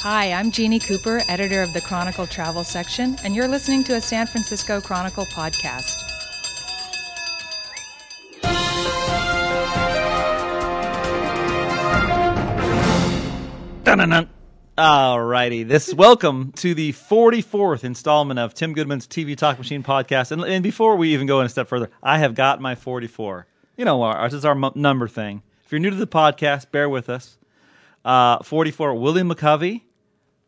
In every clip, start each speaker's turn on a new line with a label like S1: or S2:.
S1: Hi, I'm Jeannie Cooper, editor of the Chronicle Travel section, and you're listening to a San Francisco Chronicle podcast.
S2: Dun-dun-dun. Alrighty, this welcome to the 44th installment of Tim Goodman's TV Talk Machine podcast. And, and before we even go in a step further, I have got my 44. You know, ours is our mu- number thing. If you're new to the podcast, bear with us. Uh, 44, Willie McCovey,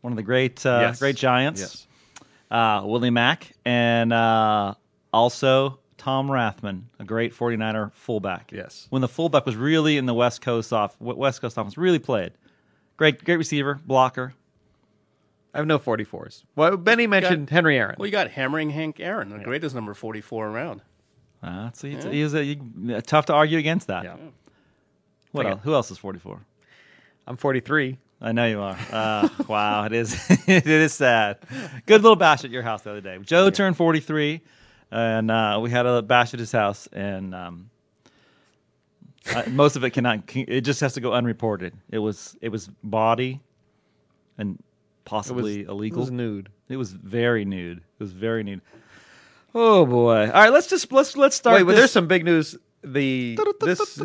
S2: one of the great uh,
S3: Yes.
S2: great giants.
S3: Yes.
S2: Uh, Willie Mack, and uh, also Tom Rathman, a great 49er fullback.
S3: Yes.
S2: When the fullback was really in the West Coast off, West Coast offense really played. Great, great receiver, blocker.
S3: I have no 44s. Well, Benny mentioned Henry Aaron.
S4: Well, you got hammering Hank Aaron, the greatest number forty-four around.
S2: Uh, so it's, he's a, you- tough to argue against that.
S3: Yeah.
S2: What else? Who else is 44?
S3: I'm 43.
S2: I know you are. Uh, wow, it is. it is sad. Good little bash at your house the other day. Joe turned 43, and uh, we had a bash at his house, and um, uh, most of it cannot. can- It just has to go unreported. It was it was body, and possibly illegal.
S3: It was nude.
S2: It was very nude. It was very nude. Oh boy! All right, let's just let's let's start.
S3: Wait, but
S2: this-
S3: there's some big news. The this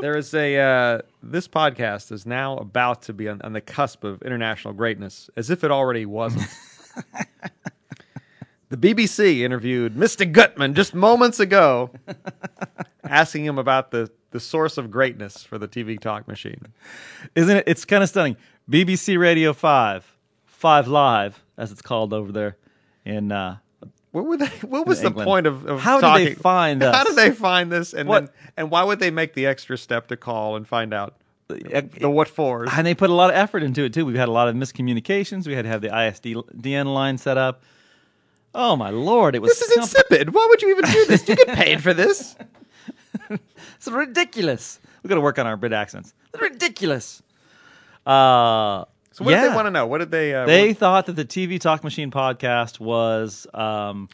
S3: there is a uh, this podcast is now about to be on, on the cusp of international greatness, as if it already wasn't. the BBC interviewed Mr. Gutman just moments ago, asking him about the the source of greatness for the TV talk machine.
S2: isn't it? It's kind of stunning. BBC Radio Five, Five Live, as it's called over there in uh,
S3: What were they? What was the
S2: England.
S3: point of, of
S2: How did
S3: talking?
S2: they find
S3: How
S2: us?
S3: did they find this? And
S2: What-
S3: Then, and why would they make the extra step to call and find out
S2: Uh,
S3: the
S2: and
S3: what for?
S2: they put a lot of effort into it too. We've had a lot of miscommunications. We had to have the ISDN line set up. Oh my lord! It was
S3: This is
S2: something-
S3: insipid. Why would you even do this? You get paid for this.
S2: It's ridiculous. We got to work on our Brit accents. It's ridiculous. Uh,
S3: So what
S2: yeah.
S3: did they want to know? What did they? Uh,
S2: They
S3: what-
S2: thought that the TV Talk Machine podcast was um,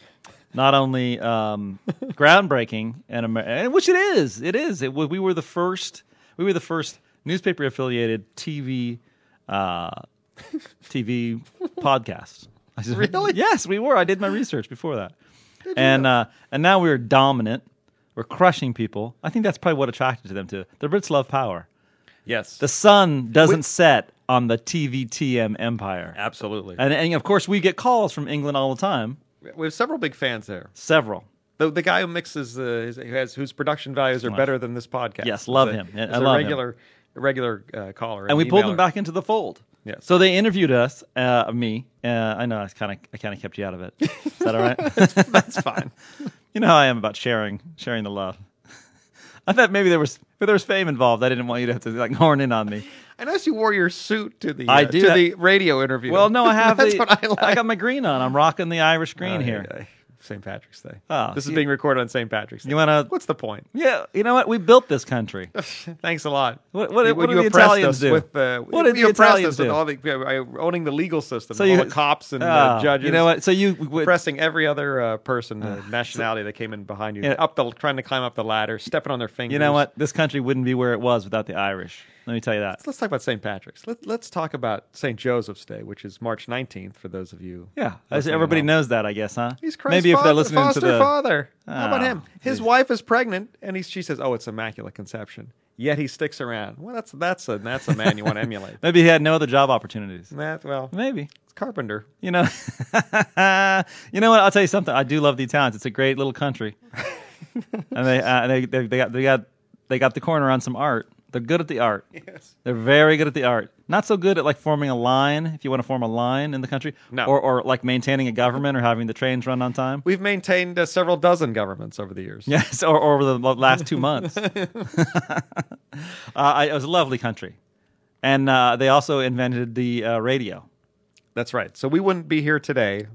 S2: not only um, groundbreaking in America, which it is, it is. It, wa- we were the first. We were the first newspaper affiliated TV uh, TV podcast. I said,
S3: Really?
S2: Yes, we were. I did my research before that, and uh, and now we're dominant. We're crushing people. I think that's probably what attracted them to it. The Brits love power.
S3: yes,
S2: The sun doesn't set on the TVTM empire.
S3: absolutely.
S2: And, and of course, we get calls from England all the time,
S3: we have several big fans there.
S2: several.
S3: The, the guy who mixes, uh, his, who has whose production values are better than this podcast.
S2: Yes, love
S3: Is a-
S2: him. Yeah,
S3: is
S2: I
S3: a
S2: love him.
S3: regular, regular uh, caller,
S2: And we pulled them
S3: emailer.
S2: back into the fold.
S3: Yes.
S2: So they interviewed us, uh, me. Uh, I know I kind of I kind of kept you out of it. Is that all right?
S3: That's fine.
S2: you know how I am about sharing sharing the love. I thought maybe there was maybe there was fame involved. I didn't want you to have to like horn in on me.
S3: I noticed you wore your suit to the
S2: I
S3: uh,
S2: do
S3: to
S2: that-
S3: the radio interview.
S2: Well, no, I have
S3: That's
S2: the,
S3: what I like.
S2: got my green on. I'm rocking the Irish green
S3: Aye,
S2: here.
S3: aye. St. Patrick's Day.
S2: Oh,
S3: this is
S2: you-
S3: being recorded on St. Patrick's Day.
S2: You wanna-
S3: What's the point?
S2: Yeah, you know what? We built this country.
S3: Thanks a lot.
S2: What- what-
S3: you,
S2: what do
S3: you
S2: the
S3: oppressed
S2: Italians
S3: us
S2: do?
S3: With, uh,
S2: What did
S3: you
S2: the
S3: oppressed
S2: Italians
S3: us with
S2: do?
S3: all the uh, owning the legal system,
S2: So
S3: all
S2: you-
S3: the cops and
S2: Ah,
S3: uh, judges.
S2: You know what? So Ah, you we-
S3: Oppressing every other uh, person, uh, nationality that came in behind you,
S2: Yeah.
S3: up the trying to climb up the ladder, stepping on their fingers.
S2: you know what? This country wouldn't be where it was without the Irish. Let me tell you that.
S3: Let's talk about St. Patrick's. Let, let's talk about St. Joseph's Day, which is March 19th for those of you.
S2: Yeah, as
S3: listening at
S2: everybody
S3: home.
S2: knows that, I guess, huh?
S3: He's Christ's
S2: Maybe if
S3: father-
S2: they're listening
S3: foster
S2: to the
S3: father. How about
S2: Ah,
S3: him? His wife is pregnant, and he, she says, "Oh, it's immaculate conception." Yet he sticks around. Well, that's that's a that's a man you want to emulate.
S2: maybe he had no other job opportunities.
S3: That well,
S2: Maybe
S3: it's carpenter.
S2: you know, you know what? I'll tell you something. I do love the Italians. It's a great little country, and they, uh, they they they got they got they got the corner on some art. They're good at the art.
S3: Yes.
S2: They're very good at the art. Not so good at like forming a line. If you want to form a line in the country,
S3: No.
S2: or or like maintaining a government or having the trains run on time.
S3: We've maintained uh, several dozen governments over the years.
S2: Yes, or, or over the lo- last two months. uh, I- it was a lovely country. And uh, they also invented the uh, radio
S3: That's right. So we wouldn't be here today.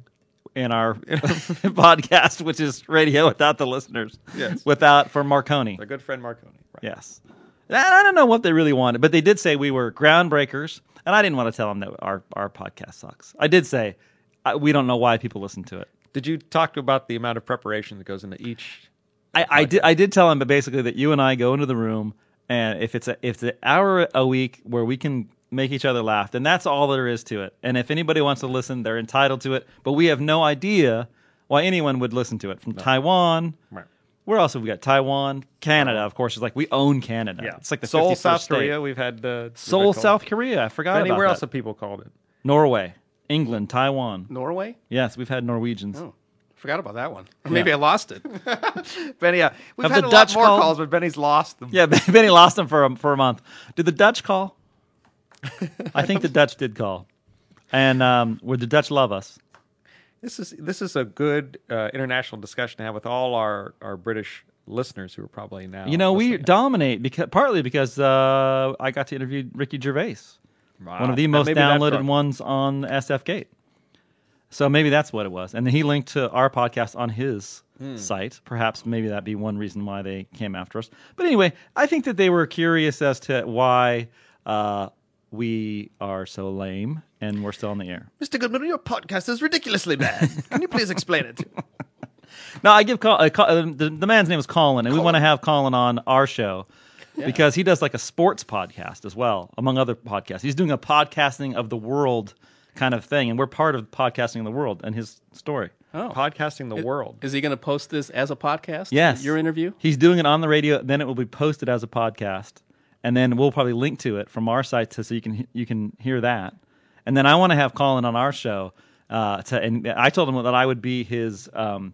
S2: in our podcast, which is radio without the listeners,
S3: Yes.
S2: without for Marconi.
S3: Our good friend Marconi. Right.
S2: Yes. And I I don't know what they really wanted, but they did say we were groundbreakers. And I didn't want to tell them that our, our podcast sucks. I did say I, we don't know why people listen to it.
S3: Did you talk about the amount of preparation that goes into each?
S2: I, I did I did tell him, but basically that you and I go into the room, and if it's a if it's an hour a week where we can make each other laugh. And that's all there is to it. And if anybody wants to listen, they're entitled to it. But we have no idea why anyone would listen to it from Taiwan.
S3: Right.
S2: Where else have we got Taiwan? Canada, of course. It's like we own Canada. It's like the
S3: Seoul,
S2: 51st
S3: South
S2: state.
S3: Korea. We've had uh,
S2: Seoul, South Korea. I forgot about
S3: Anywhere
S2: that.
S3: else have people called it?
S2: Norway, England, Taiwan.
S4: Norway?
S2: Yes, we've had Norwegians.
S4: Oh, forgot about that one. Or Maybe I lost it.
S3: Benny, yeah, we've
S2: Have
S3: had
S2: the
S3: a
S2: Dutch
S3: lot more
S2: called-
S3: calls, but Benny's lost them.
S2: Yeah, Benny lost them for a, for a month. Did the Dutch call? I think the Dutch did call. And um, would the Dutch love us?
S3: This is this is a good uh, international discussion to have with all our, our British listeners who are probably now.
S2: You know, we
S3: listening.
S2: dominate because partly because uh, I got to interview Ricky Gervais, one of the
S3: Uh, That
S2: most
S3: may be that
S2: downloaded
S3: book.
S2: ones on SF Gate. So maybe that's what it was. And he linked to our podcast on his
S3: Hmm.
S2: site. Perhaps maybe that'd be one reason why they came after us. But anyway, I think that they were curious as to why uh, we are so lame and we're still on the air.
S3: Mr. Goodman, your podcast is ridiculously bad. Can you please explain it?
S2: No, I give Col- uh, Col- uh, the, the man's name is Colin, and we want to have Colin on our show because he does like a sports podcast as well, among other podcasts. He's doing a podcasting of the world kind of thing, and we're part of podcasting of the world and his story.
S4: Oh.
S3: Podcasting the world.
S4: Is he going to post this as a podcast?
S2: Yes,
S4: Your interview?
S2: He's doing it on the radio. Then it will be posted as a podcast, and then we'll probably link to it from our site to, so you can you can hear that. And then I want to have Colin on our show. Uh, to, and I told him that I would be his um,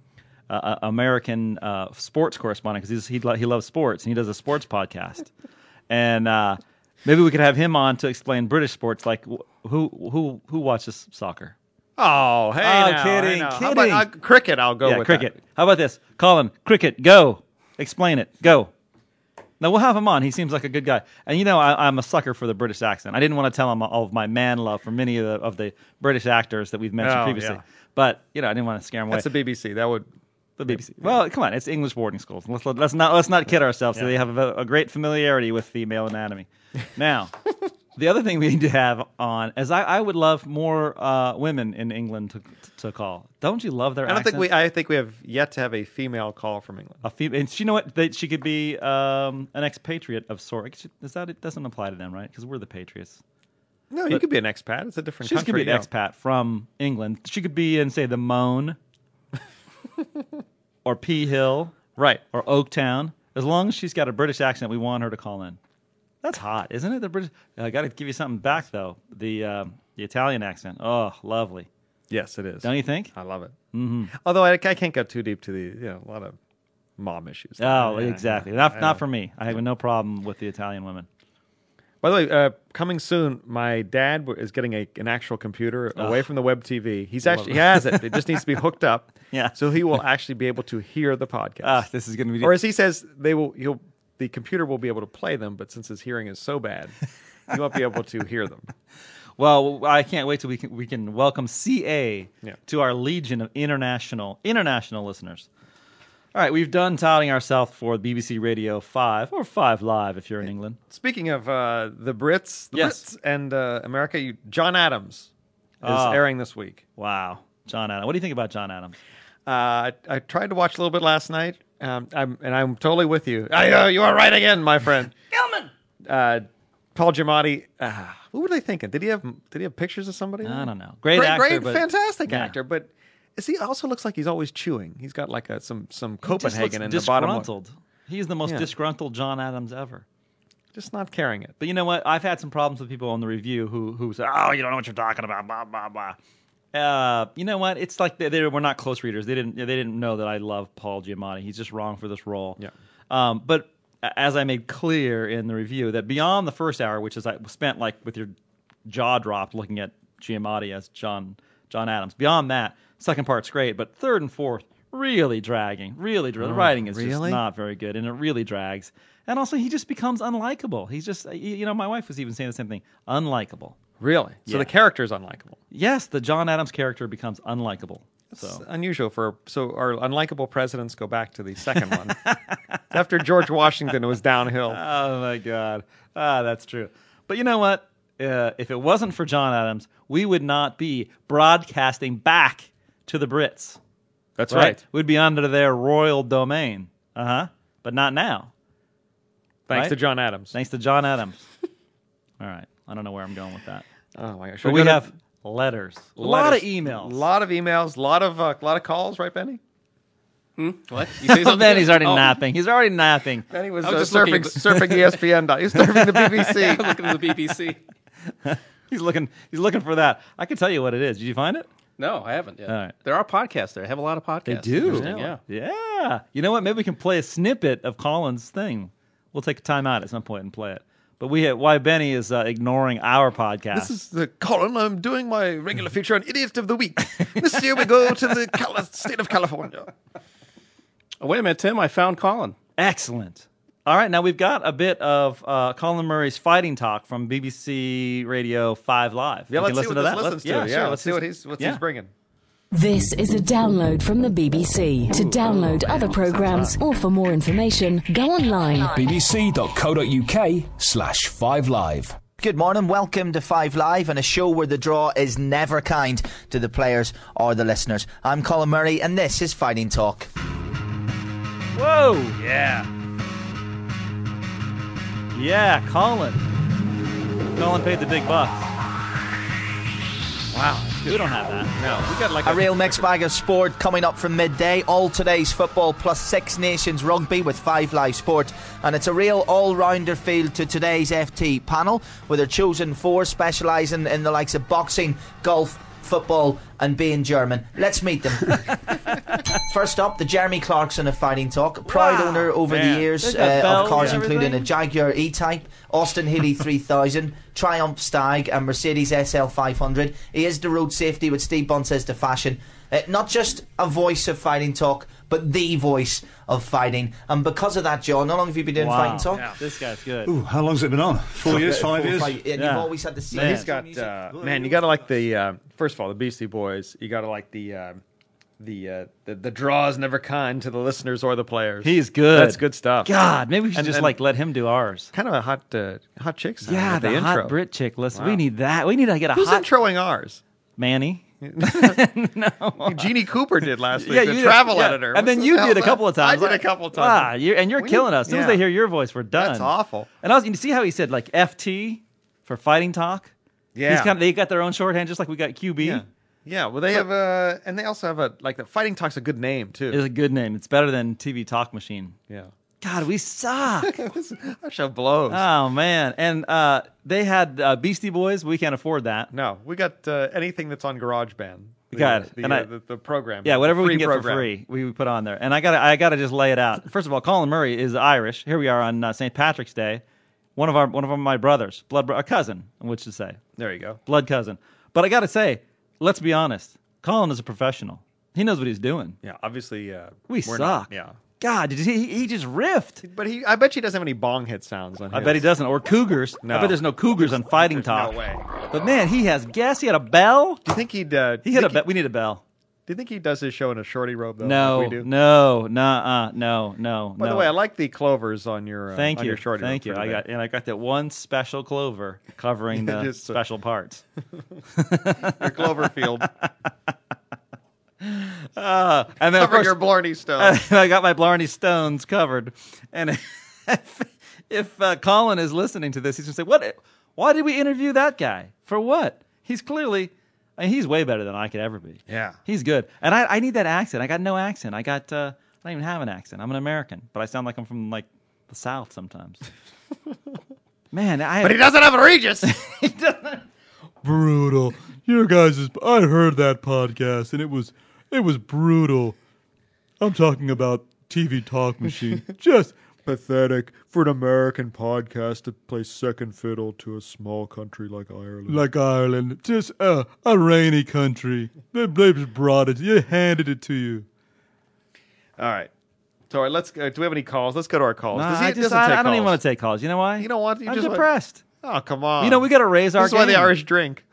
S2: uh, uh, American uh, sports correspondent because he lo- he loves sports and he does a sports podcast. And uh, maybe we could have him on to explain British sports, like wh- who who who watches soccer.
S3: Oh, hey,
S2: Oh,
S3: now,
S2: kidding,
S3: hey now. How about,
S2: kidding.
S3: uh, cricket, I'll go
S2: Yeah,
S3: with
S2: cricket.
S3: that.
S2: How about this? Call him cricket. Go explain it. Go. Now we'll have him on. He seems like a good guy, and you know I, I'm a sucker for the British accent. I didn't want to tell him all of my man love for many of the, of the British actors that we've mentioned
S3: Oh,
S2: previously,
S3: yeah.
S2: but you know I didn't want to scare him away.
S3: That's the BBC. That would.
S2: the BBC. Well, come on, it's English boarding schools. Let's let's not let's not kid ourselves. So they have a, a great familiarity with the male anatomy. Now, the other thing we need to have on is I, I would love more uh, women in England to to call. Don't you love their?
S3: I don't think
S2: accents?
S3: we. I think we have yet to have a female call from England.
S2: a female, and you know what? That she could be um, an expatriate of sort. Is that it? Doesn't apply to them, right? Because we're the patriots.
S3: No, you could be an expat. It's a different
S2: She
S3: country.
S2: could be an expat from England. She could be in, say, the Moan, or P Hill,
S3: Right.
S2: or Oaktown. As long as she's got a British accent, we want her to call in. That's hot, isn't it? The British. uh, I got to give you something back though. The um, the Italian accent. Oh, lovely.
S3: Yes, it is.
S2: Don't you Mm-hmm. think?
S3: I love it. Although I, I can't go too deep to the you know, a lot of mom issues.
S2: Oh,
S3: Yeah,
S2: exactly.
S3: yeah.
S2: Not,
S3: I
S2: not
S3: know.
S2: for me. I have no problem with the Italian women.
S3: By the way, uh, coming soon. My dad w- is getting a, an actual computer away from the web TV. He's actually he has it. It just needs to be hooked up.
S2: Yeah.
S3: So he will actually be able to hear the podcast.
S2: Ah, this is going to be.
S3: or as he says, they will. He'll the computer will be able to play them, but since his hearing is so bad, he won't be able to hear them.
S2: Well, I can't wait till we can, we can welcome CA
S3: Yeah.
S2: to our legion of international international listeners. All right, we've done touting ourselves for BBC Radio Five or Five Live if you're in England.
S3: Speaking of uh, the Brits, the
S2: Yes.
S3: Brits and uh, America, you, John Adams is
S2: Ah.
S3: airing this week.
S2: Wow, John Adams. What do you think about John Adams?
S3: Uh, I, I tried to watch a little bit last night, um, I'm, and I'm totally with you. I, uh, you are right again, my friend. Gilman. Uh, Paul Giamatti. Uh, what were they thinking? Did he have Did he have pictures of somebody?
S2: I don't know. Great
S3: great,
S2: actor,
S3: great,
S2: but-
S3: fantastic
S2: yeah.
S3: actor. But is he also looks like he's always chewing. He's got like a, some some
S2: Just
S3: Copenhagen
S2: looks
S3: in the bottom. lip.
S2: disgruntled. He's the most
S3: Yeah.
S2: disgruntled John Adams ever.
S3: Just not carrying it.
S2: But you know what? I've had some problems with people on the review who who say, "Oh, you don't know what you're talking about." Blah blah blah. Uh, you know what? It's like they, they were not close readers. They didn't they didn't know that I love Paul Giamatti. He's just wrong for this role.
S3: Yeah.
S2: Um, but a- as I made clear in the review, that beyond the first hour, which is I spent like with your jaw dropped looking at Giamatti as John John Adams. Beyond that, second part's great, but third and fourth really dragging, really dra- the writing is just
S3: Oh, really?
S2: not not very good, and it really drags. And also, he just becomes unlikable. He's just, y- you know, my wife was even saying the same thing unlikable.
S3: Really. So the character is unlikable.
S2: Yes, the John Adams character becomes unlikable.
S3: It's
S2: So,
S3: unusual for so our unlikable presidents go back to the second one. After George Washington was downhill.
S2: oh my God. Ah, that's true. But you know what? Uh, if it wasn't for John Adams, we would not be broadcasting back to the Brits.
S3: That's
S2: We'd be under their royal domain. Uh huh. But not now.
S3: Thanks
S2: Right?
S3: to John Adams.
S2: Thanks to John Adams. All right. I don't know where I'm going with that.
S3: Oh my gosh.
S2: But we have letters. A lot of emails.
S3: A lot of emails. A lot of uh, lot of calls, right, Benny?
S4: What? You say
S2: Oh, Benny's already
S4: Oh,
S2: napping. He's already napping.
S3: Benny was,
S4: I was
S3: uh,
S4: just
S3: surfing
S4: looking
S3: surfing ESPN. dot- He's surfing the BBC.
S4: I'm looking at the BBC.
S2: He's looking. He's looking for that. I can tell you what it is. Did you find it?
S4: No, I haven't yet.
S2: All right.
S4: There are podcasts there. I have a lot of podcasts. Interesting, Yeah.
S2: Yeah. You know what? Maybe we can play a snippet of Colin's thing. We'll take a time out at some point and play it. But we had, why Benny is uh, ignoring our podcast.
S3: This is the Colin. I'm doing my regular feature on Idiot of the Week. this year we go to the Cali- state of California.
S4: Oh, wait a minute, Tim. I found Colin.
S2: excellent. All right, now we've got a bit of uh, Colin Murray's fighting talk from BBC Radio Five Live.
S3: Yeah,
S2: We
S3: let's
S2: can
S3: see
S2: listen
S3: what
S2: to
S3: this
S2: that.
S3: listens to.
S2: Let's-
S3: yeah,
S2: sure,
S3: let's see what he's what
S2: yeah.
S3: he's bringing.
S5: This is a download from the BBC. To download other programmes or for more information, go online.
S6: bbc.co.uk slash 5live.
S7: Good morning, welcome to Five Live and a show where the draw is never kind to the players or the listeners. I'm Colin Murray and this is Fighting Talk.
S2: Whoa! Yeah. Yeah, Colin. Colin paid the big bucks. Wow. We don't have that.
S3: No, we got like
S7: A real mixed bag of sport coming up from midday. All today's football plus Six Nations rugby with Five Live Sport. And it's a real all rounder field to today's FT panel with their chosen four specialising in the likes of boxing, golf, football, and being German. Let's meet them. First up, the Jeremy Clarkson of Fighting Talk. Proud owner over
S2: Man,
S7: the
S2: there's
S7: years
S2: got
S7: uh,
S2: bells
S7: of cars
S2: and
S7: including a
S2: everything.
S7: Jaguar E Type, Austin Healey 3000, Triumph Stag, and Mercedes SL 500. He is the road safety with Steve Bunces to fashion. Uh, not just a voice of Fighting Talk, but the voice of fighting. And because of that, John, how long have you been doing Fighting Talk?
S2: Yeah, this guy's good.
S8: Ooh, how long's it been on? Four years, five
S7: Four,
S8: years.
S7: five- and
S2: Yeah.
S7: You've always had the same.
S2: Man.
S3: He's got uh, man. You got to like the uh, first of all the Beastie Boys. You got to like the um the, uh, the the draws never kind to the listeners or the players.
S2: He's good.
S3: That's good stuff.
S2: God, maybe we should
S3: And-
S2: just
S3: and-
S2: like let him do ours.
S3: kind of a hot uh, hot chick. sound
S2: Yeah,
S3: with
S2: the,
S3: the, intro.
S2: hot Brit chick. Listen, we
S3: Wow.
S2: need that. We need to get a
S3: Who's
S2: hot
S3: introing ours?
S2: Manny.
S3: Jeannie Cooper did last week. the
S2: you-
S3: travel
S2: yeah.
S3: editor,
S2: and then
S3: What
S2: you
S3: the
S2: did a
S3: hell's
S2: couple
S3: that?
S2: of times.
S3: I did a
S2: Like,
S3: couple of
S2: Wow,
S3: times.
S2: you're, and you're
S3: We
S2: killing
S3: need-
S2: us. As soon as
S3: yeah.
S2: they hear your voice, we're done.
S3: That's awful.
S2: And also, you see how he said like FT for fighting talk.
S3: Yeah.
S2: He's kind of, they got their own shorthand, just like we got QB.
S3: Yeah. Yeah, well, they have uh and they also have a like the Fighting Talk's a good name too.
S2: It's a good name. It's better than TV Talk Machine.
S3: yeah,
S2: God, we suck.
S3: that show blows.
S4: Uh,
S2: oh man, and uh, they had uh, Beastie Boys. We can't afford that.
S3: no, we got uh, anything that's on GarageBand. The,
S2: Got
S3: uh,
S2: it.
S3: The,
S2: And
S3: uh,
S2: I-
S3: the, the program.
S2: Yeah, whatever we
S3: Free
S2: can get for
S3: program.
S2: free, we we put on there. And I gotta, I gotta just lay it out. First of all, Colin Murray is Irish. Here we are on uh, St. Patrick's Day. One of our, one of my brothers, blood, bro- a cousin, which to say,
S3: There you go.
S2: blood cousin. But I gotta say, let's be honest. Colin is a professional. He knows what he's doing.
S3: Yeah, obviously uh,
S2: We
S3: we're
S2: suck.
S3: not- yeah,
S2: God, did he, he just riffed.
S3: but he, I bet he doesn't have any bong hit sounds on.
S2: I bet he doesn't. Or cougars.
S3: No.
S2: I bet there's no cougars on fighting
S3: No
S2: talk.
S3: way.
S2: But man, he has gas. He had a bell.
S3: Do you think he'd? Uh,
S2: He had a
S3: think
S2: bell. We need a bell.
S3: Do you think he does his show in a shorty robe though?
S2: No,
S3: like we do?
S2: no, nah, uh, no, no.
S3: By
S2: no.
S3: the way, I like the clovers on your uh,
S2: Thank
S3: on
S2: you.
S3: your shorty.
S2: Thank you.
S3: robe for
S2: I
S3: today.
S2: got and I got that one special clover covering
S3: Yeah,
S2: the
S3: just, uh,
S2: special parts.
S3: your Cloverfield.
S2: Uh, And then of
S3: Cover
S2: course,
S3: your Blarney
S4: Uh,
S3: stuff.
S2: I got my Blarney Stones covered. And if, if uh, Colin is listening to this, he's going to say, "What? Why did we interview that guy? For what? He's clearly." I mean, he's way better than I could ever be.
S3: Yeah.
S2: he's good, and I, I need that accent. I got no accent. I got uh, I don't even have an accent. I'm an American, but I sound like I'm from like the South sometimes. Man, I
S3: but he doesn't have a Regis.
S9: brutal. You guys, is, I heard that podcast and it was it was brutal. I'm talking about TV Talk Machine. Just pathetic for an American podcast to play second fiddle to a small country like Ireland. Like Ireland, just uh, a rainy country. They, they just brought it. They handed it to you.
S3: All right. So let's. Uh, do we have any calls? Let's go to our calls.
S2: Nah,
S3: Does he-
S2: I, just,
S3: doesn't
S2: I,
S3: take
S2: I don't even
S3: calls.
S2: want to take calls. You know why?
S3: You know what? You
S2: I'm
S3: just want-
S2: depressed.
S3: Oh come on!
S2: You know, we got to raise our
S3: This is why the
S2: game.
S3: Irish drink.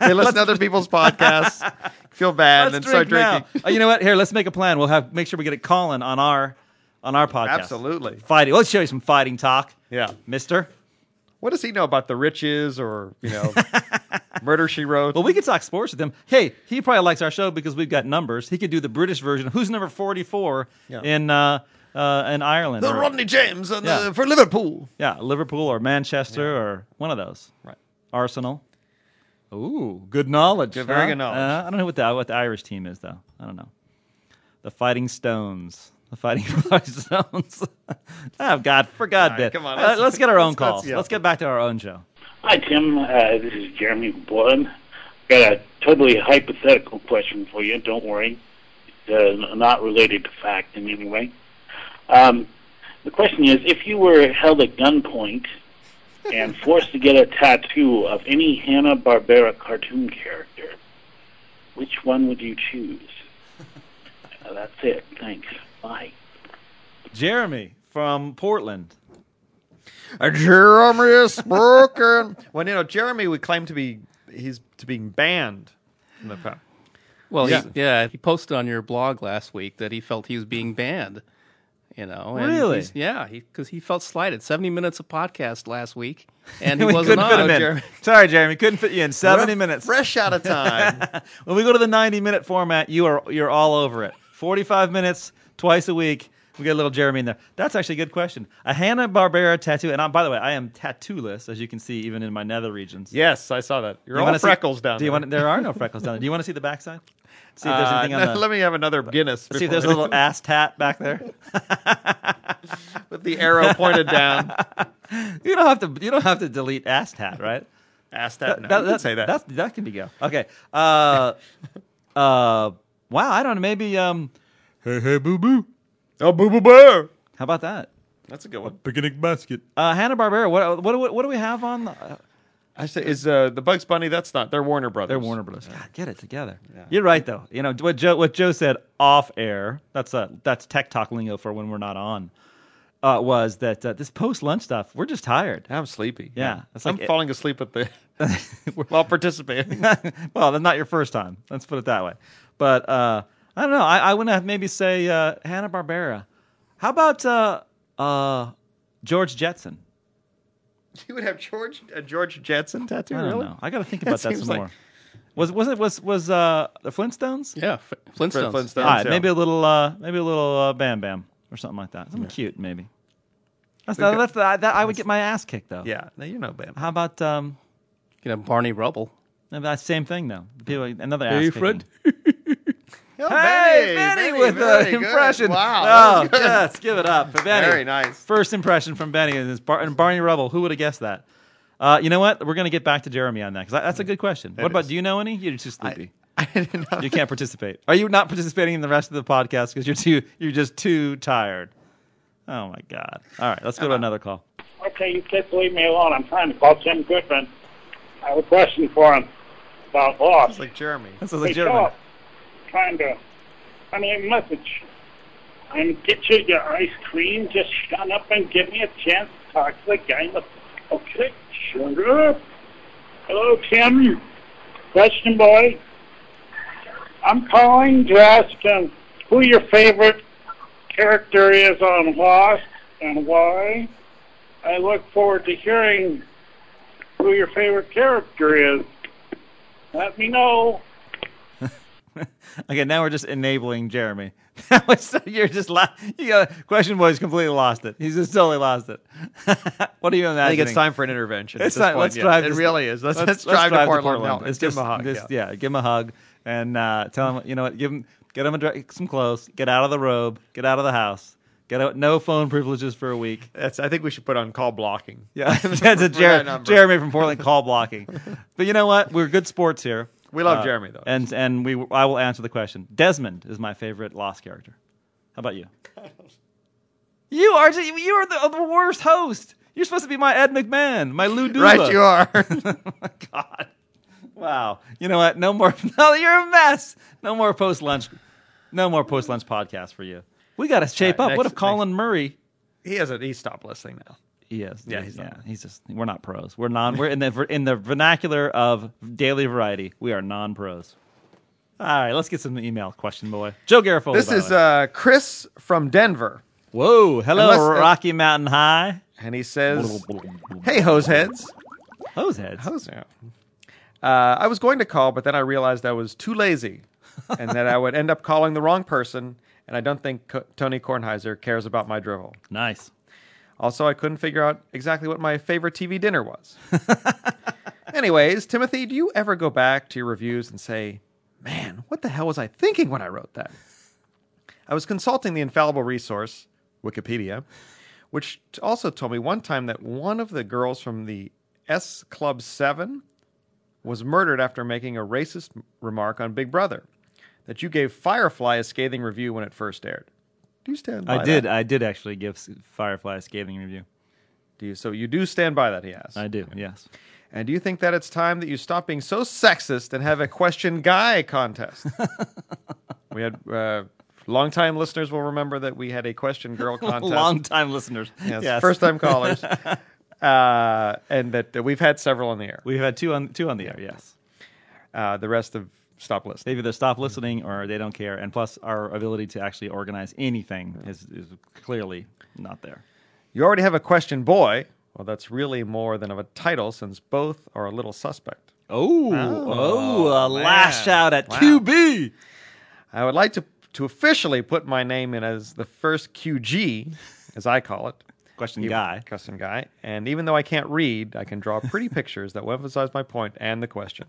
S3: they listen to other people's podcasts, feel bad,
S2: Let's
S3: and then
S2: drink
S3: start
S2: now.
S3: drinking.
S2: Oh, you know what? Here, let's make a plan. We'll have make sure we get it calling on our on our podcast.
S3: Absolutely.
S2: Fighting. Let's show you some fighting talk.
S3: Yeah.
S2: Mister.
S3: What does he know about the riches or you know, murder she wrote?
S2: Well, we could talk sports with him. Hey, he probably likes our show because we've got numbers. He could do the British version. Who's number forty-four
S3: Yeah.
S2: in uh, uh, in Ireland?
S3: the
S2: or-
S3: Rodney James and
S2: Yeah.
S3: the, for Liverpool.
S2: Yeah, Liverpool or Manchester or one of those.
S3: Right.
S2: Arsenal. Ooh, good knowledge.
S3: Good- very
S2: huh?
S3: good knowledge.
S2: Uh, I don't know what the what the Irish team is though. I don't know. The Fighting Stones. The Fighting Stones. oh God, for God,
S3: right,
S2: that-
S3: come on,
S2: uh,
S3: let's-
S2: Let's, get our own
S3: let's-
S2: calls.
S3: let's- yeah.
S2: Let's get back to our own show.
S7: Hi, Tim. Uh, this is Jeremy Boylan. Got a totally hypothetical question for you. Don't worry. It's uh, not related to fact in any way. Um, the question is if you were held at gunpoint and forced to get a tattoo of any Hanna-Barbera cartoon character, which one would you choose? Uh, that's it. Thanks. Bye.
S2: Jeremy from Portland.
S3: Jeremy is broken. well, you know, Jeremy would claim to be he's to being banned from the pub.
S4: Well,
S3: Yeah.
S4: yeah. He, yeah, he posted on your blog last week that he felt he was being banned. You know, and
S2: Really?
S4: he's- Yeah, because he, felt slighted. Seventy minutes of podcast last week, and he
S2: We
S4: wasn't
S2: couldn't fit
S4: on.
S2: him in.
S3: Jeremy.
S2: Sorry, Jeremy, couldn't fit you in seventy
S3: Rough-
S2: minutes.
S3: Fresh out of time.
S2: When we go to the ninety-minute format, you are you're all over it. Forty-five minutes twice a week. We get a little Jeremy in there. That's actually a good question. A Hanna Barbera tattoo, and I, by the way, I am tattooless, as you can see, even in my nether regions.
S3: yes, I saw that. You're
S2: You
S3: all
S2: wanna see-
S3: freckles down.
S2: Do you
S3: there.
S2: want? There are no freckles down there. Do you want to see the backside? See if there's
S3: Uh,
S2: anything on
S3: no,
S2: the.
S3: Let me have another Guinness.
S2: see if
S3: before
S2: there's a little ass tat back there.
S3: with the arrow pointed down.
S2: You don't have to. You don't have to delete ass tat, right?
S3: Ask that. No,
S2: That-
S3: you
S2: that-
S3: can say that.
S2: That that can be go. Okay. Uh, uh, wow. I don't know. Maybe. Um,
S9: Hey, hey, boo boo.
S3: oh, boo boo boo.
S2: how about that?
S3: That's a good one.
S9: Picnic basket.
S2: Uh, Hanna Barbera. What, what what what do we have on? The, uh,
S3: I say is uh, the Bugs Bunny. That's not. They're Warner Brothers.
S2: they're Warner Brothers. God, get it together. You're right though. You know what Joe what Joe said off air. That's uh that's tech talk lingo for when we're not on. Uh, was that uh, this post lunch stuff? We're just tired.
S3: I'm sleepy.
S2: Yeah, that's
S3: I'm
S2: like it-
S3: falling asleep at the while participating.
S2: well, that's not your first time. Let's put it that way. But uh, I don't know. I, I want to maybe say uh, Hanna Barbera. How about uh, uh, George Jetson?
S3: you would have George a Uh, George Jetson tattoo.
S2: I don't
S3: really?
S2: know. I got to think about that,
S3: seems
S2: some
S3: like-
S2: more. Was was it was was uh, the Flintstones?
S4: Yeah, F- Flintstones.
S3: Flintstones.
S2: All right,
S3: yeah.
S2: maybe a little uh, maybe a little uh, Bam Bam or something like that. Something cute, maybe. That's
S3: Think-
S2: that's that, that I would get my ass kicked though.
S3: Yeah. No, you know, Bam.
S2: How about um,
S4: You know, Barney Rubble.
S2: that same thing though? People, another ass
S4: Hey,
S2: kicking.
S4: Fred.
S3: Oh,
S2: Hey, Benny, with
S3: very
S2: the
S3: good.
S2: impression.
S3: Wow.
S2: Oh, yes, give it up for Benny.
S3: Very nice.
S2: First impression from Benny and, his Bar- and Barney Rubble. Who would have guessed that? Uh, you know what? We're going to get back to Jeremy on that because that's a good question. what about,
S3: Mm. is.
S2: do you know any? You're too sleepy.
S3: I didn't know.
S2: you can't participate. Are you not participating in the rest of the podcast because you're too, you're just too tired? Oh my God. All right, let's go
S3: Uh-huh.
S2: to another call.
S7: Okay, you kids leave me alone. I'm trying to call Tim Goodman. I have a question for him about loss.
S3: It's like Jeremy.
S2: This is a
S7: Hey,
S2: Jeremy.
S7: Philip, trying to send me a message. I'm get you your ice cream. Just shut up and give me a chance to talk to the guy. in the- Okay, shut up. Hello, Tim. Question boy. I'm calling to ask um, who your favorite character is on Lost and why. I look forward to hearing who your favorite character is. Let me know.
S2: Okay, now we're just enabling Jeremy. That was so you're just la- you got question boy's completely lost it. He's just totally lost it. what are you imagining?
S3: I think it's time for an intervention. at
S2: It's
S3: this
S2: time.
S3: point,
S2: Let's
S3: yeah.
S2: drive.
S3: It
S2: this-
S3: really is. Let's, let's, drive, to Portland. No,
S2: It's
S3: give
S2: just,
S3: him a hug,
S2: just-
S3: yeah.
S2: yeah. give him a hug and uh, tell him. You know what? Give him, get him a, dra- some clothes. Get out of the robe. Get out of the house. Get out. No phone privileges for a week.
S3: That's, I think we should put on call blocking.
S2: Yeah, that's a
S3: that
S2: Jer-
S3: number.
S2: Jeremy from Portland call blocking. But you know what? We're good sports here. Uh,
S3: We love Jeremy, though.
S2: and and we I will answer the question. Desmond is my favorite Lost character. How about you? You are ju- you are the, the worst host. You're supposed to be my Ed McMahon, my Lou Duba.
S3: Right, you are.
S2: God. Wow. You know what? No more. No, you're a mess. No more post lunch. No more post lunch podcast for you. We got to shape
S3: All
S2: up.
S3: right,
S2: what
S3: next-
S2: if Colin Murray?
S3: he hasn't. He stopped listening now.
S2: He is.
S3: Yeah, he's not.
S2: He's just. We're not pros. We're non. We're in the in the vernacular of daily variety. We are non pros. All right. Let's get some email question, boy. Joe Garofalo.
S3: This
S2: by the
S3: is
S2: way.
S3: uh, Chris from Denver,
S2: Whoa. Hello,
S3: unless, uh,
S2: Rocky Mountain High.
S3: and he says, "Hey, hose heads."
S2: Hose heads.
S3: Hose head. Uh, I was going to call, but then I realized I was too lazy, and that I would end up calling the wrong person. And I don't think Co- Tony Kornheiser cares about my drivel.
S2: Nice.
S3: Also, I couldn't figure out exactly what my favorite TV dinner was. Anyways, Timothy, do you ever go back to your reviews and say, man, what the hell was I thinking when I wrote that? I was consulting the infallible resource, Wikipedia, which t- also told me one time that one of the girls from the S Club 7 was murdered after making a racist m- remark on Big Brother, that you gave Firefly a scathing review when it first aired. Do you stand by
S2: I did.
S3: that?
S2: I did actually give S- Firefly a scathing review.
S3: Do you? So you do stand by that? He asked.
S2: I do. Yes.
S3: And do you think that it's time that you stop being so sexist and have a question guy contest? we had uh, long-time listeners will remember that we had a question girl contest.
S2: Long-time listeners.
S3: yes,
S2: Yes.
S3: first-time callers, uh, and that, that we've had several on the air.
S2: We've had two on two on the air. Yes.
S3: Uh, the rest of stop listening.
S2: They either stop listening or they don't care. And plus, our ability to actually organize anything is, is clearly not there.
S3: You already have a question boy. Well, that's really more than of a title since both are a little suspect.
S2: Oh, oh, a lash out at
S3: Wow.
S2: QB.
S3: I would like to to officially put my name in as the first QG, as I call it.
S2: Question
S3: Even-
S2: guy.
S3: Question guy. And even though I can't read, I can draw pretty pictures that will emphasize my point and the question.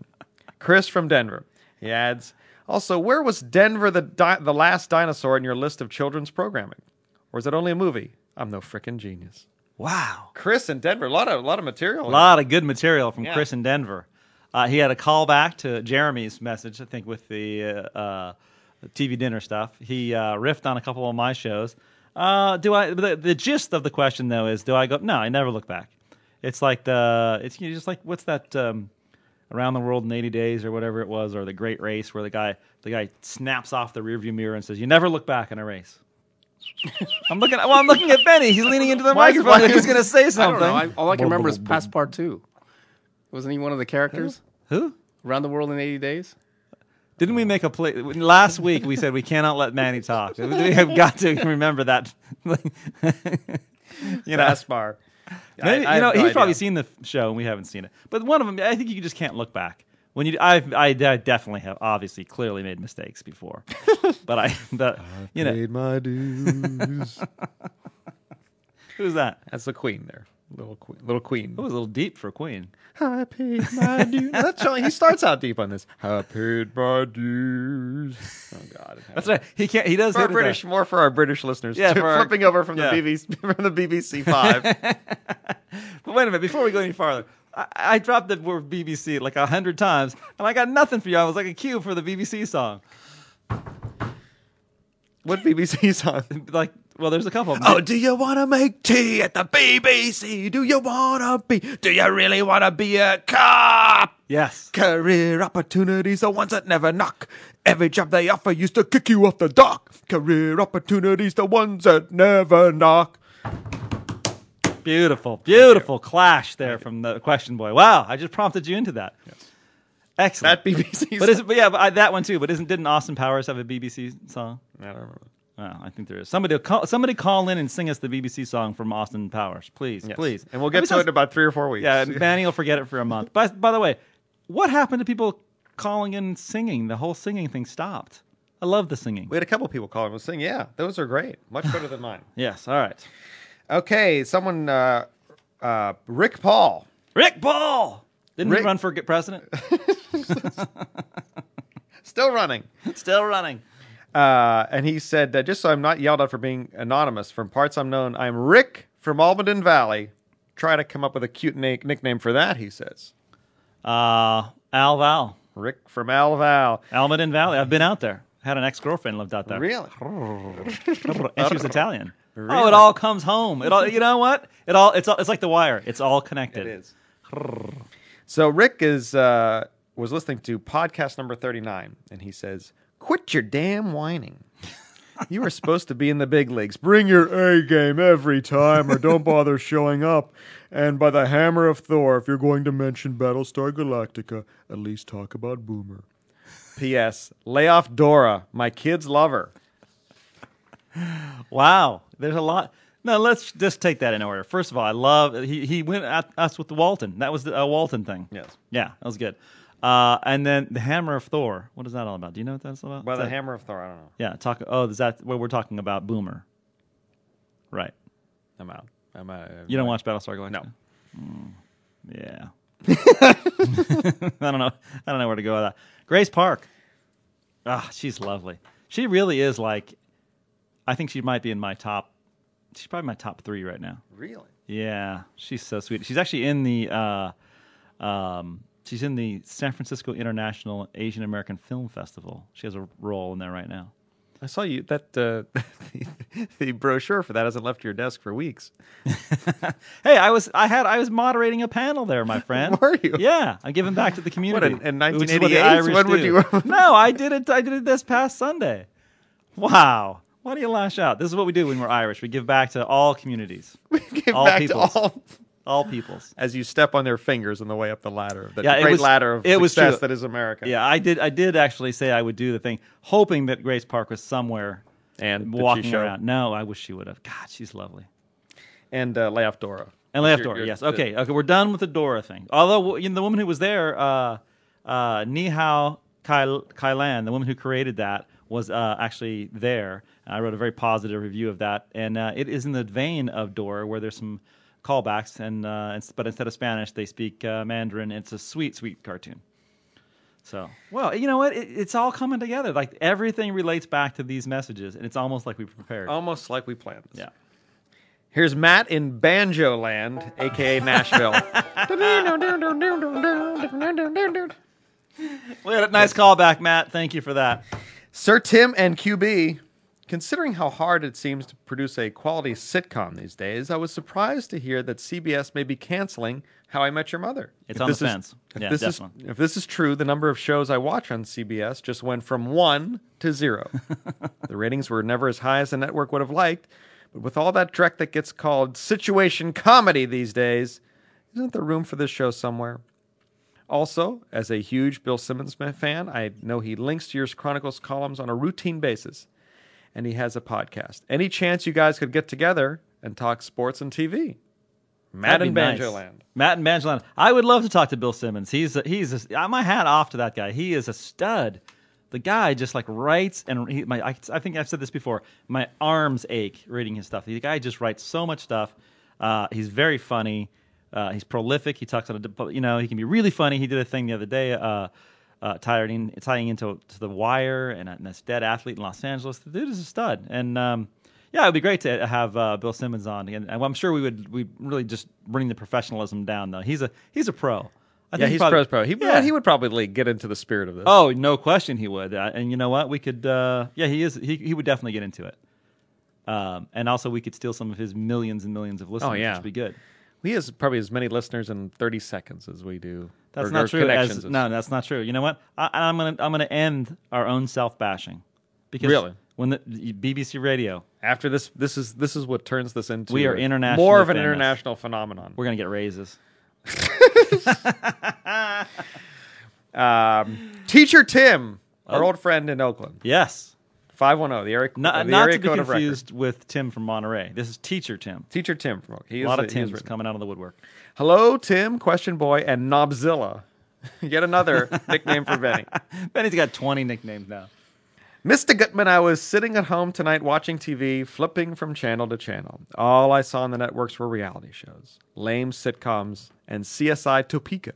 S3: Chris from Denver. He adds, also, where was Denver the di- the last dinosaur in your list of children's programming? Or is it only a movie? I'm no freaking genius.
S2: Wow.
S3: Chris in Denver, a lot of lot of material.
S2: A lot of good material from
S3: Yeah.
S2: Chris in Denver. Uh, he had a call back to Jeremy's message, I think, with the uh, uh, TV dinner stuff. He uh, riffed on a couple of my shows. Uh, do I? The, the gist of the question though is, do I go? No, I never look back. It's like the it's you know, just like what's that um, around the world in eighty days or whatever it was, or the Great Race, where the guy the guy snaps off the rearview mirror and says, "You never look back in a race." I'm looking. Well, I'm looking at Benny. He's leaning into the
S4: Why-
S2: microphone.
S4: why-
S2: like he's going to say
S4: I don't
S2: something.
S4: know. I, all I can remember is Passepartout. Wasn't he one of the characters?
S2: Who?
S4: Around the world in 80 days?
S2: Didn't we make a play last week? We said we cannot let Manny talk. We have got to remember that. you know,
S3: Aspar.
S2: maybe,
S3: I- I
S2: you know,
S3: have no
S2: he's probably
S3: idea.
S2: seen the show and we haven't seen it. But one of them, I think you just can't look back. When you, I've, I, I definitely have, obviously, clearly made mistakes before. but I, but you know,
S3: Paid my dues.
S2: who's that?
S3: That's the queen there. Little queen. Little queen.
S2: That was a little deep for Queen.
S3: I paid my dues. That's showing he starts out deep on this. I paid my dues. Oh God,
S2: That's right. He can't. He does.
S3: For our
S2: hit it there.
S3: British, more for our British listeners.
S2: Yeah,
S3: too.
S2: for our-
S3: flipping over from
S2: yeah.
S3: the BBC from the BBC Five.
S2: But wait a minute, before we go any farther, I, I dropped the word BBC like a hundred times, and I got nothing for you. I was like a cue for the BBC song.
S3: what BBC song?
S2: Like, well, there's a couple. Of them.
S3: Oh, do you want to make tea at the BBC? Do you want to be? Do you really want to be a cop?
S2: yes.
S3: Career opportunities are ones that never knock. Every job they offer used to kick you off the dock. Career opportunities, the ones that never knock.
S2: Beautiful, beautiful clash there from the question boy. Wow, I just prompted you into that. Excellent.
S3: That BBC.
S2: but, is, but yeah, but I, that one too. But isn't didn't Austin Powers have a BBC song?
S3: I don't remember.
S2: Oh, I think there is. Somebody call somebody call in and sing us the BBC song from Austin Powers, please, please.
S3: And we'll get
S2: Every
S3: to it in
S2: time-
S3: about three or four weeks.
S2: Yeah, and Manny will forget it for a month. By by the way, what happened to people calling in and singing? The whole singing thing stopped. I love the singing.
S3: We had a couple people calling and saying, yeah, those are great. Much better than mine.
S2: Yes. All right.
S3: Okay, someone, uh, uh, Rick Paul.
S2: Rick Paul didn't he
S3: Rick-
S2: run for get president.
S3: Still running.
S2: Still running.
S3: Uh, and he said, uh, just so I'm not yelled at for being anonymous from parts unknown, I'm Rick from Almaden Valley. Try to come up with a cute na- nickname for that, he says.
S2: Uh, Al Val.
S3: Rick from Alval.
S2: Almaden Valley. I've been out there. Had an ex girlfriend lived out there.
S3: Really?
S2: And she was Italian. Oh,
S3: Really?
S2: it all comes home. It all. You know what? It all. It's all, it's like the wire. It's all connected.
S3: So Rick is uh, was listening to podcast number 39, and he says, "Quit your damn whining. You were supposed to be in the big leagues. Bring your A game every time, or don't bother showing up. And by the hammer of Thor, if you're going to mention Battlestar Galactica, at least talk about Boomer." P.S. Lay off Dora. My kids love her.
S2: Wow. There's a lot. No, let's just take that in order. First of all, I love he he went at us with the Walton. That was the uh, Walton thing.
S3: Yes.
S2: Yeah, that was good. Uh, and then the Hammer of Thor. What is that all about? Do you know what that's about?
S3: By
S2: Is
S3: the
S2: that-
S3: hammer of Thor, I don't know.
S2: Yeah. Talk. Oh, is that what we're talking about? Boomer. Right.
S3: I'm out. I'm out.
S2: You don't watch Battlestar Galactica? No. Yeah. I don't know. I don't know where to go with that. Grace Park. Ah, she's lovely. She really is like. I think she might be in my top. She's probably my top three right now.
S3: Really?
S2: Yeah, she's so sweet. She's actually in the. Uh, um, she's in the San Francisco International Asian American Film Festival. She has a role in there right now.
S3: I saw you that uh, the, the brochure for that hasn't left your desk for weeks.
S2: hey, I was I had I was moderating a panel there, my friend.
S3: Were you?
S2: Yeah, I'm giving back to the community.
S3: in- in
S2: which is
S3: 1988?
S2: Irish
S3: When would
S2: do.
S3: you-
S2: no, I did it. I did it this past Sunday. Wow. Why do you lash out? This is what we do when we're Irish. We give back to all communities. We give all
S3: back to
S2: peoples.
S3: all-
S2: all peoples.
S3: As you step on their fingers on the way up the ladder, the
S2: Yeah, it
S3: great
S2: was-
S3: ladder of
S2: it was
S3: success
S2: true.
S3: that is America.
S2: Yeah, I did. I did actually say I would do the thing, hoping that Grace Park was somewhere
S3: And did she
S2: walking
S3: show?
S2: around. No, I wish she would have. God, she's lovely.
S3: And uh, Layoff Dora.
S2: And Leif
S3: You're-
S2: Dora,
S3: you're-
S2: yes. Okay, okay, we're done with the Dora thing. Although w- you know, the woman who was there, uh, uh, Nihao Kai- Kailan, the woman who created that, was uh, actually there. And I wrote a very positive review of that, and uh, it is in the vein of Dora, where there's some callbacks, and uh, it's, but instead of Spanish, they speak uh, Mandarin. It's a sweet, sweet cartoon. So, well, you know what? It, it's all coming together. Like everything relates back to these messages, and it's almost like we prepared.
S3: Almost like we planned this.
S2: Yeah.
S3: Here's Matt in Banjo Land, aka Nashville.
S2: We had a nice callback, Matt. Thank you for that.
S3: Sir Tim and QB. Considering how hard it seems to produce a quality sitcom these days, I was surprised to hear that CBS may be canceling How I Met Your Mother.
S2: It's on the
S3: this is-
S2: fence.
S3: if
S2: Yeah,
S3: this is-
S2: definitely.
S3: if this is true, the number of shows I watch on CBS just went from one to zero. the ratings were never as high as the network would have liked, but with all that dreck that gets called situation comedy these days, isn't there room for this show somewhere? Also, as a huge Bill Simmons ma- fan, I know he links to your Chronicles columns on a routine basis, and he has a podcast. Any chance you guys could get together and talk sports and TV? Matt
S2: That'd
S3: and
S2: be
S3: Banjo
S2: nice.
S3: Land.
S2: Matt and Banjoland. I would love to talk to Bill Simmons. He's a, he's a, my hat off to that guy. He is a stud. The guy just like writes and he, my I, I think I've said this before. My arms ache reading his stuff. The guy just writes so much stuff. Uh, he's very funny. Uh, he's prolific. He talks on a dip- you know he can be really funny. He did a thing the other day. Uh, uh, tied in, tying into to the wire and, and this dead athlete in Los Angeles. The dude is a stud, and um, yeah, it'd be great to have uh, Bill Simmons on, and, and I'm sure we would we really just bring the professionalism down. Though he's a he's a pro. I
S3: Yeah,
S2: he
S3: he's
S2: probably-
S3: pros pro. He,
S2: yeah.
S3: he would probably get into the spirit of this.
S2: oh, no question he would. Uh, and you know what? We could. Uh, yeah, he is. He he would definitely get into it. Um, and also, we could steal some of his millions and millions of listeners,
S3: Oh, yeah.
S2: which would be good.
S3: He has probably as many listeners in 30 seconds as we do.
S2: That's
S3: or- or
S2: not true.
S3: connections
S2: As, no, that's not true. You know what? I, I'm gonna I'm gonna end our own self bashing because
S3: Really?
S2: when the BBC Radio,
S3: After this, this is this is what turns this into
S2: We are
S3: a-
S2: internationally
S3: more of an
S2: famous.
S3: international phenomenon.
S2: we're gonna get raises.
S3: Um, Teacher Tim, our old friend in Oakland,
S2: Yes,
S3: five one zero, the area,
S2: Oh. not,
S3: uh, the
S2: not
S3: area
S2: to be
S3: code of record.
S2: confused with Tim from Monterey. This is Teacher Tim.
S3: Teacher Tim from Oakland. He
S2: a
S3: is-
S2: lot of
S3: he is
S2: Tim's
S3: written.
S2: coming out of the woodwork.
S3: Hello, Tim, Question Boy, and Knobzilla. Yet another nickname for Benny.
S2: Benny's got 20 nicknames now.
S3: Mr. Gutman, I was sitting at home tonight watching TV, flipping from channel to channel. All I saw on the networks were reality shows, lame sitcoms, and CSI Topeka.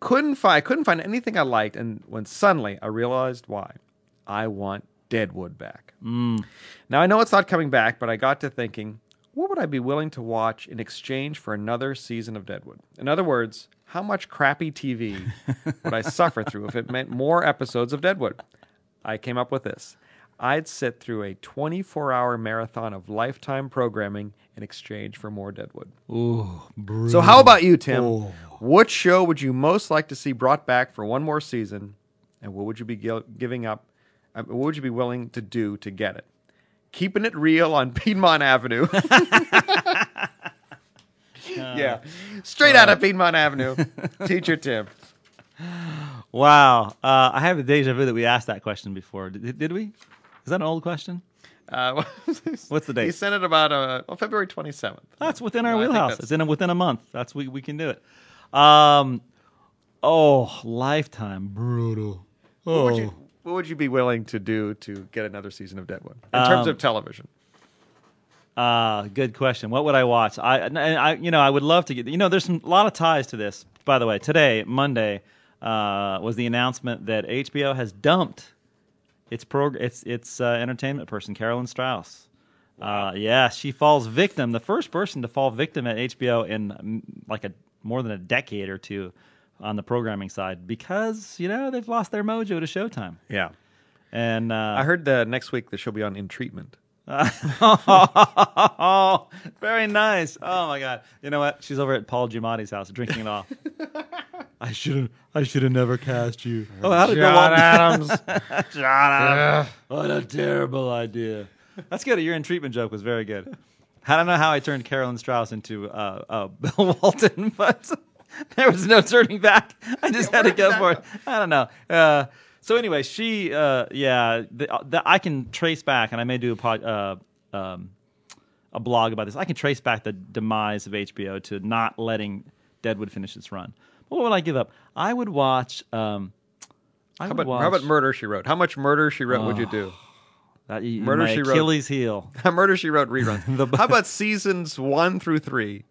S3: Couldn't find couldn't find anything I liked, and when suddenly I realized why. I want Deadwood back. Now I know it's not coming back, but I got to thinking, what would I be willing to watch in exchange for another season of Deadwood? In other words, how much crappy TV would I suffer through if it meant more episodes of Deadwood? I came up with this. I'd sit through a 24 hour marathon of lifetime programming in exchange for more Deadwood. Ooh, So, how about you, Tim? What show would you most like to see brought back for one more season? And what would you be gil- giving up? uh, What would you be willing to do to get it? Keeping it real on Piedmont Avenue. yeah. Straight out of Piedmont Avenue. Teacher Tim.
S2: Wow. Uh, I have a deja vu that we asked that question before. Did, did we? Is that an old question?
S3: Uh,
S2: What's the date?
S3: He sent it about uh, well, February 27th.
S2: That's within our
S3: I think
S2: wheelhouse.
S3: that's-
S2: It's in a, within a month. That's we we can do it. Um, oh, lifetime brutal. Oh.
S3: What would, you, what would you be willing to do to get another season of Deadwood in
S2: Um,
S3: terms of television?
S2: Ah, Uh, good question. What would I watch? I, and I, you know, I would love to get. You know, there's some, a lot of ties to this by the way, today, Monday, uh, was the announcement that HBO has dumped its prog- its its uh, entertainment person, Carolyn Strauss. Uh, yeah, she falls victim, the first person to fall victim at HBO in mm, like a more than a decade or two on the programming side because you know they've lost their mojo to Showtime.
S3: Yeah.
S2: And uh,
S3: I heard the next week that she'll be on in treatment.
S2: oh, very nice. Oh my god. You know what? She's over at Paul Giamatti's house drinking it off.
S9: I shouldn't. I should have never cast you.
S2: Oh, how did
S3: John Adams.
S2: John Adams.
S3: Ugh.
S2: What a terrible idea. That's good. Your in treatment joke was very good. I don't know how I turned Carolyn Strauss into uh, uh, Bill Walton, but there was no turning back. I just had to go for it. I don't know. Uh, so anyway, she, uh, yeah, the, the, I can trace back, and I may do a pod, uh, um, a blog about this. I can trace back the demise of HBO to not letting Deadwood finish its run. What would I give up? I would watch. Um, I
S3: How
S2: would
S3: about,
S2: watch
S3: how about Murder She Wrote? How much Murder She Wrote would you do?
S2: Uh, y- y-
S3: Murder,
S2: my
S3: She Wrote.
S2: Achilles heel.
S3: Murder She Wrote reruns. how about seasons one through three?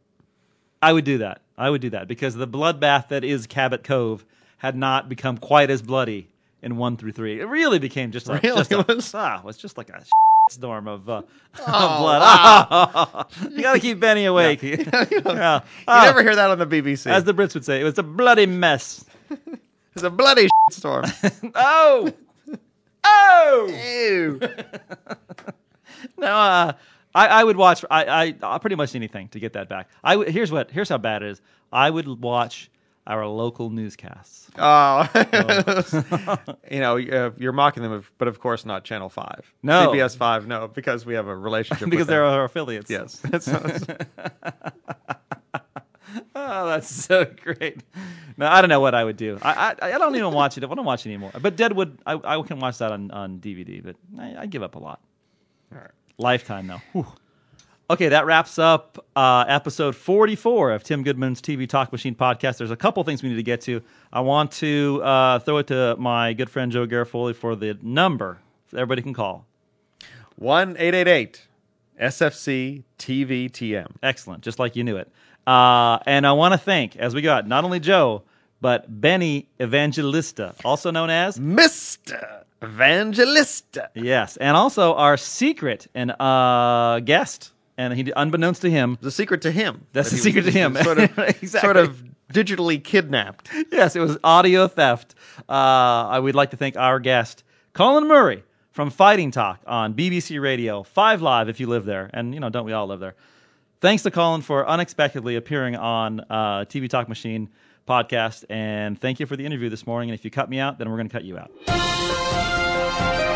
S2: I would do that. I would do that because the bloodbath that is Cabot Cove had not become quite as bloody in one through three. It really became just like
S3: Really?
S2: just a,
S3: It was-
S2: ah, it was just like a storm of, uh,
S3: Oh,
S2: of blood. Ah. you got to keep Benny awake. Yeah.
S3: You
S2: Ah.
S3: never hear that on the BBC.
S2: As the Brits would say, it was a bloody mess.
S3: it's a bloody storm.
S2: Oh, oh.
S3: Ew.
S2: No, uh, I, I would watch. I, I, uh pretty much anything to get that back. I w- here's what here's how bad it is. I would watch our local newscasts.
S3: Oh, you know, uh, you're mocking them, of- but of course not Channel Five.
S2: No.
S3: CBS Five. No, because we have a relationship.
S2: because
S3: with
S2: they're
S3: them.
S2: our affiliates.
S3: yes. That's- that's-
S2: Oh, that's so great. No, I don't know what I would do. I I, I don't even watch it. I don't watch it anymore. But Deadwood, I, I can watch that on, on DVD. But I, I give up a lot. Lifetime though. Whew. Okay, that wraps up uh, episode 44 of Tim Goodman's TV Talk Machine podcast. There's a couple things we need to get to. I want to uh, throw it to my good friend Joe Garofoli for the number everybody can call.
S3: One eight eight eight SFC TVTM.
S2: Excellent, just like you knew it. Uh, and I want to thank, as we got, not only Joe, but Benny Evangelista, also known as,
S3: Mister Evangelista.
S2: yes, and also our secret and uh, guest. And he, unbeknownst to him,
S3: The secret to him.
S2: That's the
S3: That he
S2: secret to
S3: was
S2: him.
S3: Sort of,
S2: Exactly.
S3: sort of digitally kidnapped.
S2: yes, it was audio theft. Uh, I would like to thank our guest, Colin Murray from Fighting Talk on BBC Radio Five Live. If you live there, and you know, don't we all live there? Thanks to Colin for unexpectedly appearing on uh, TV Talk Machine podcast, and thank you for the interview this morning. And if you cut me out, then we're going to cut you out.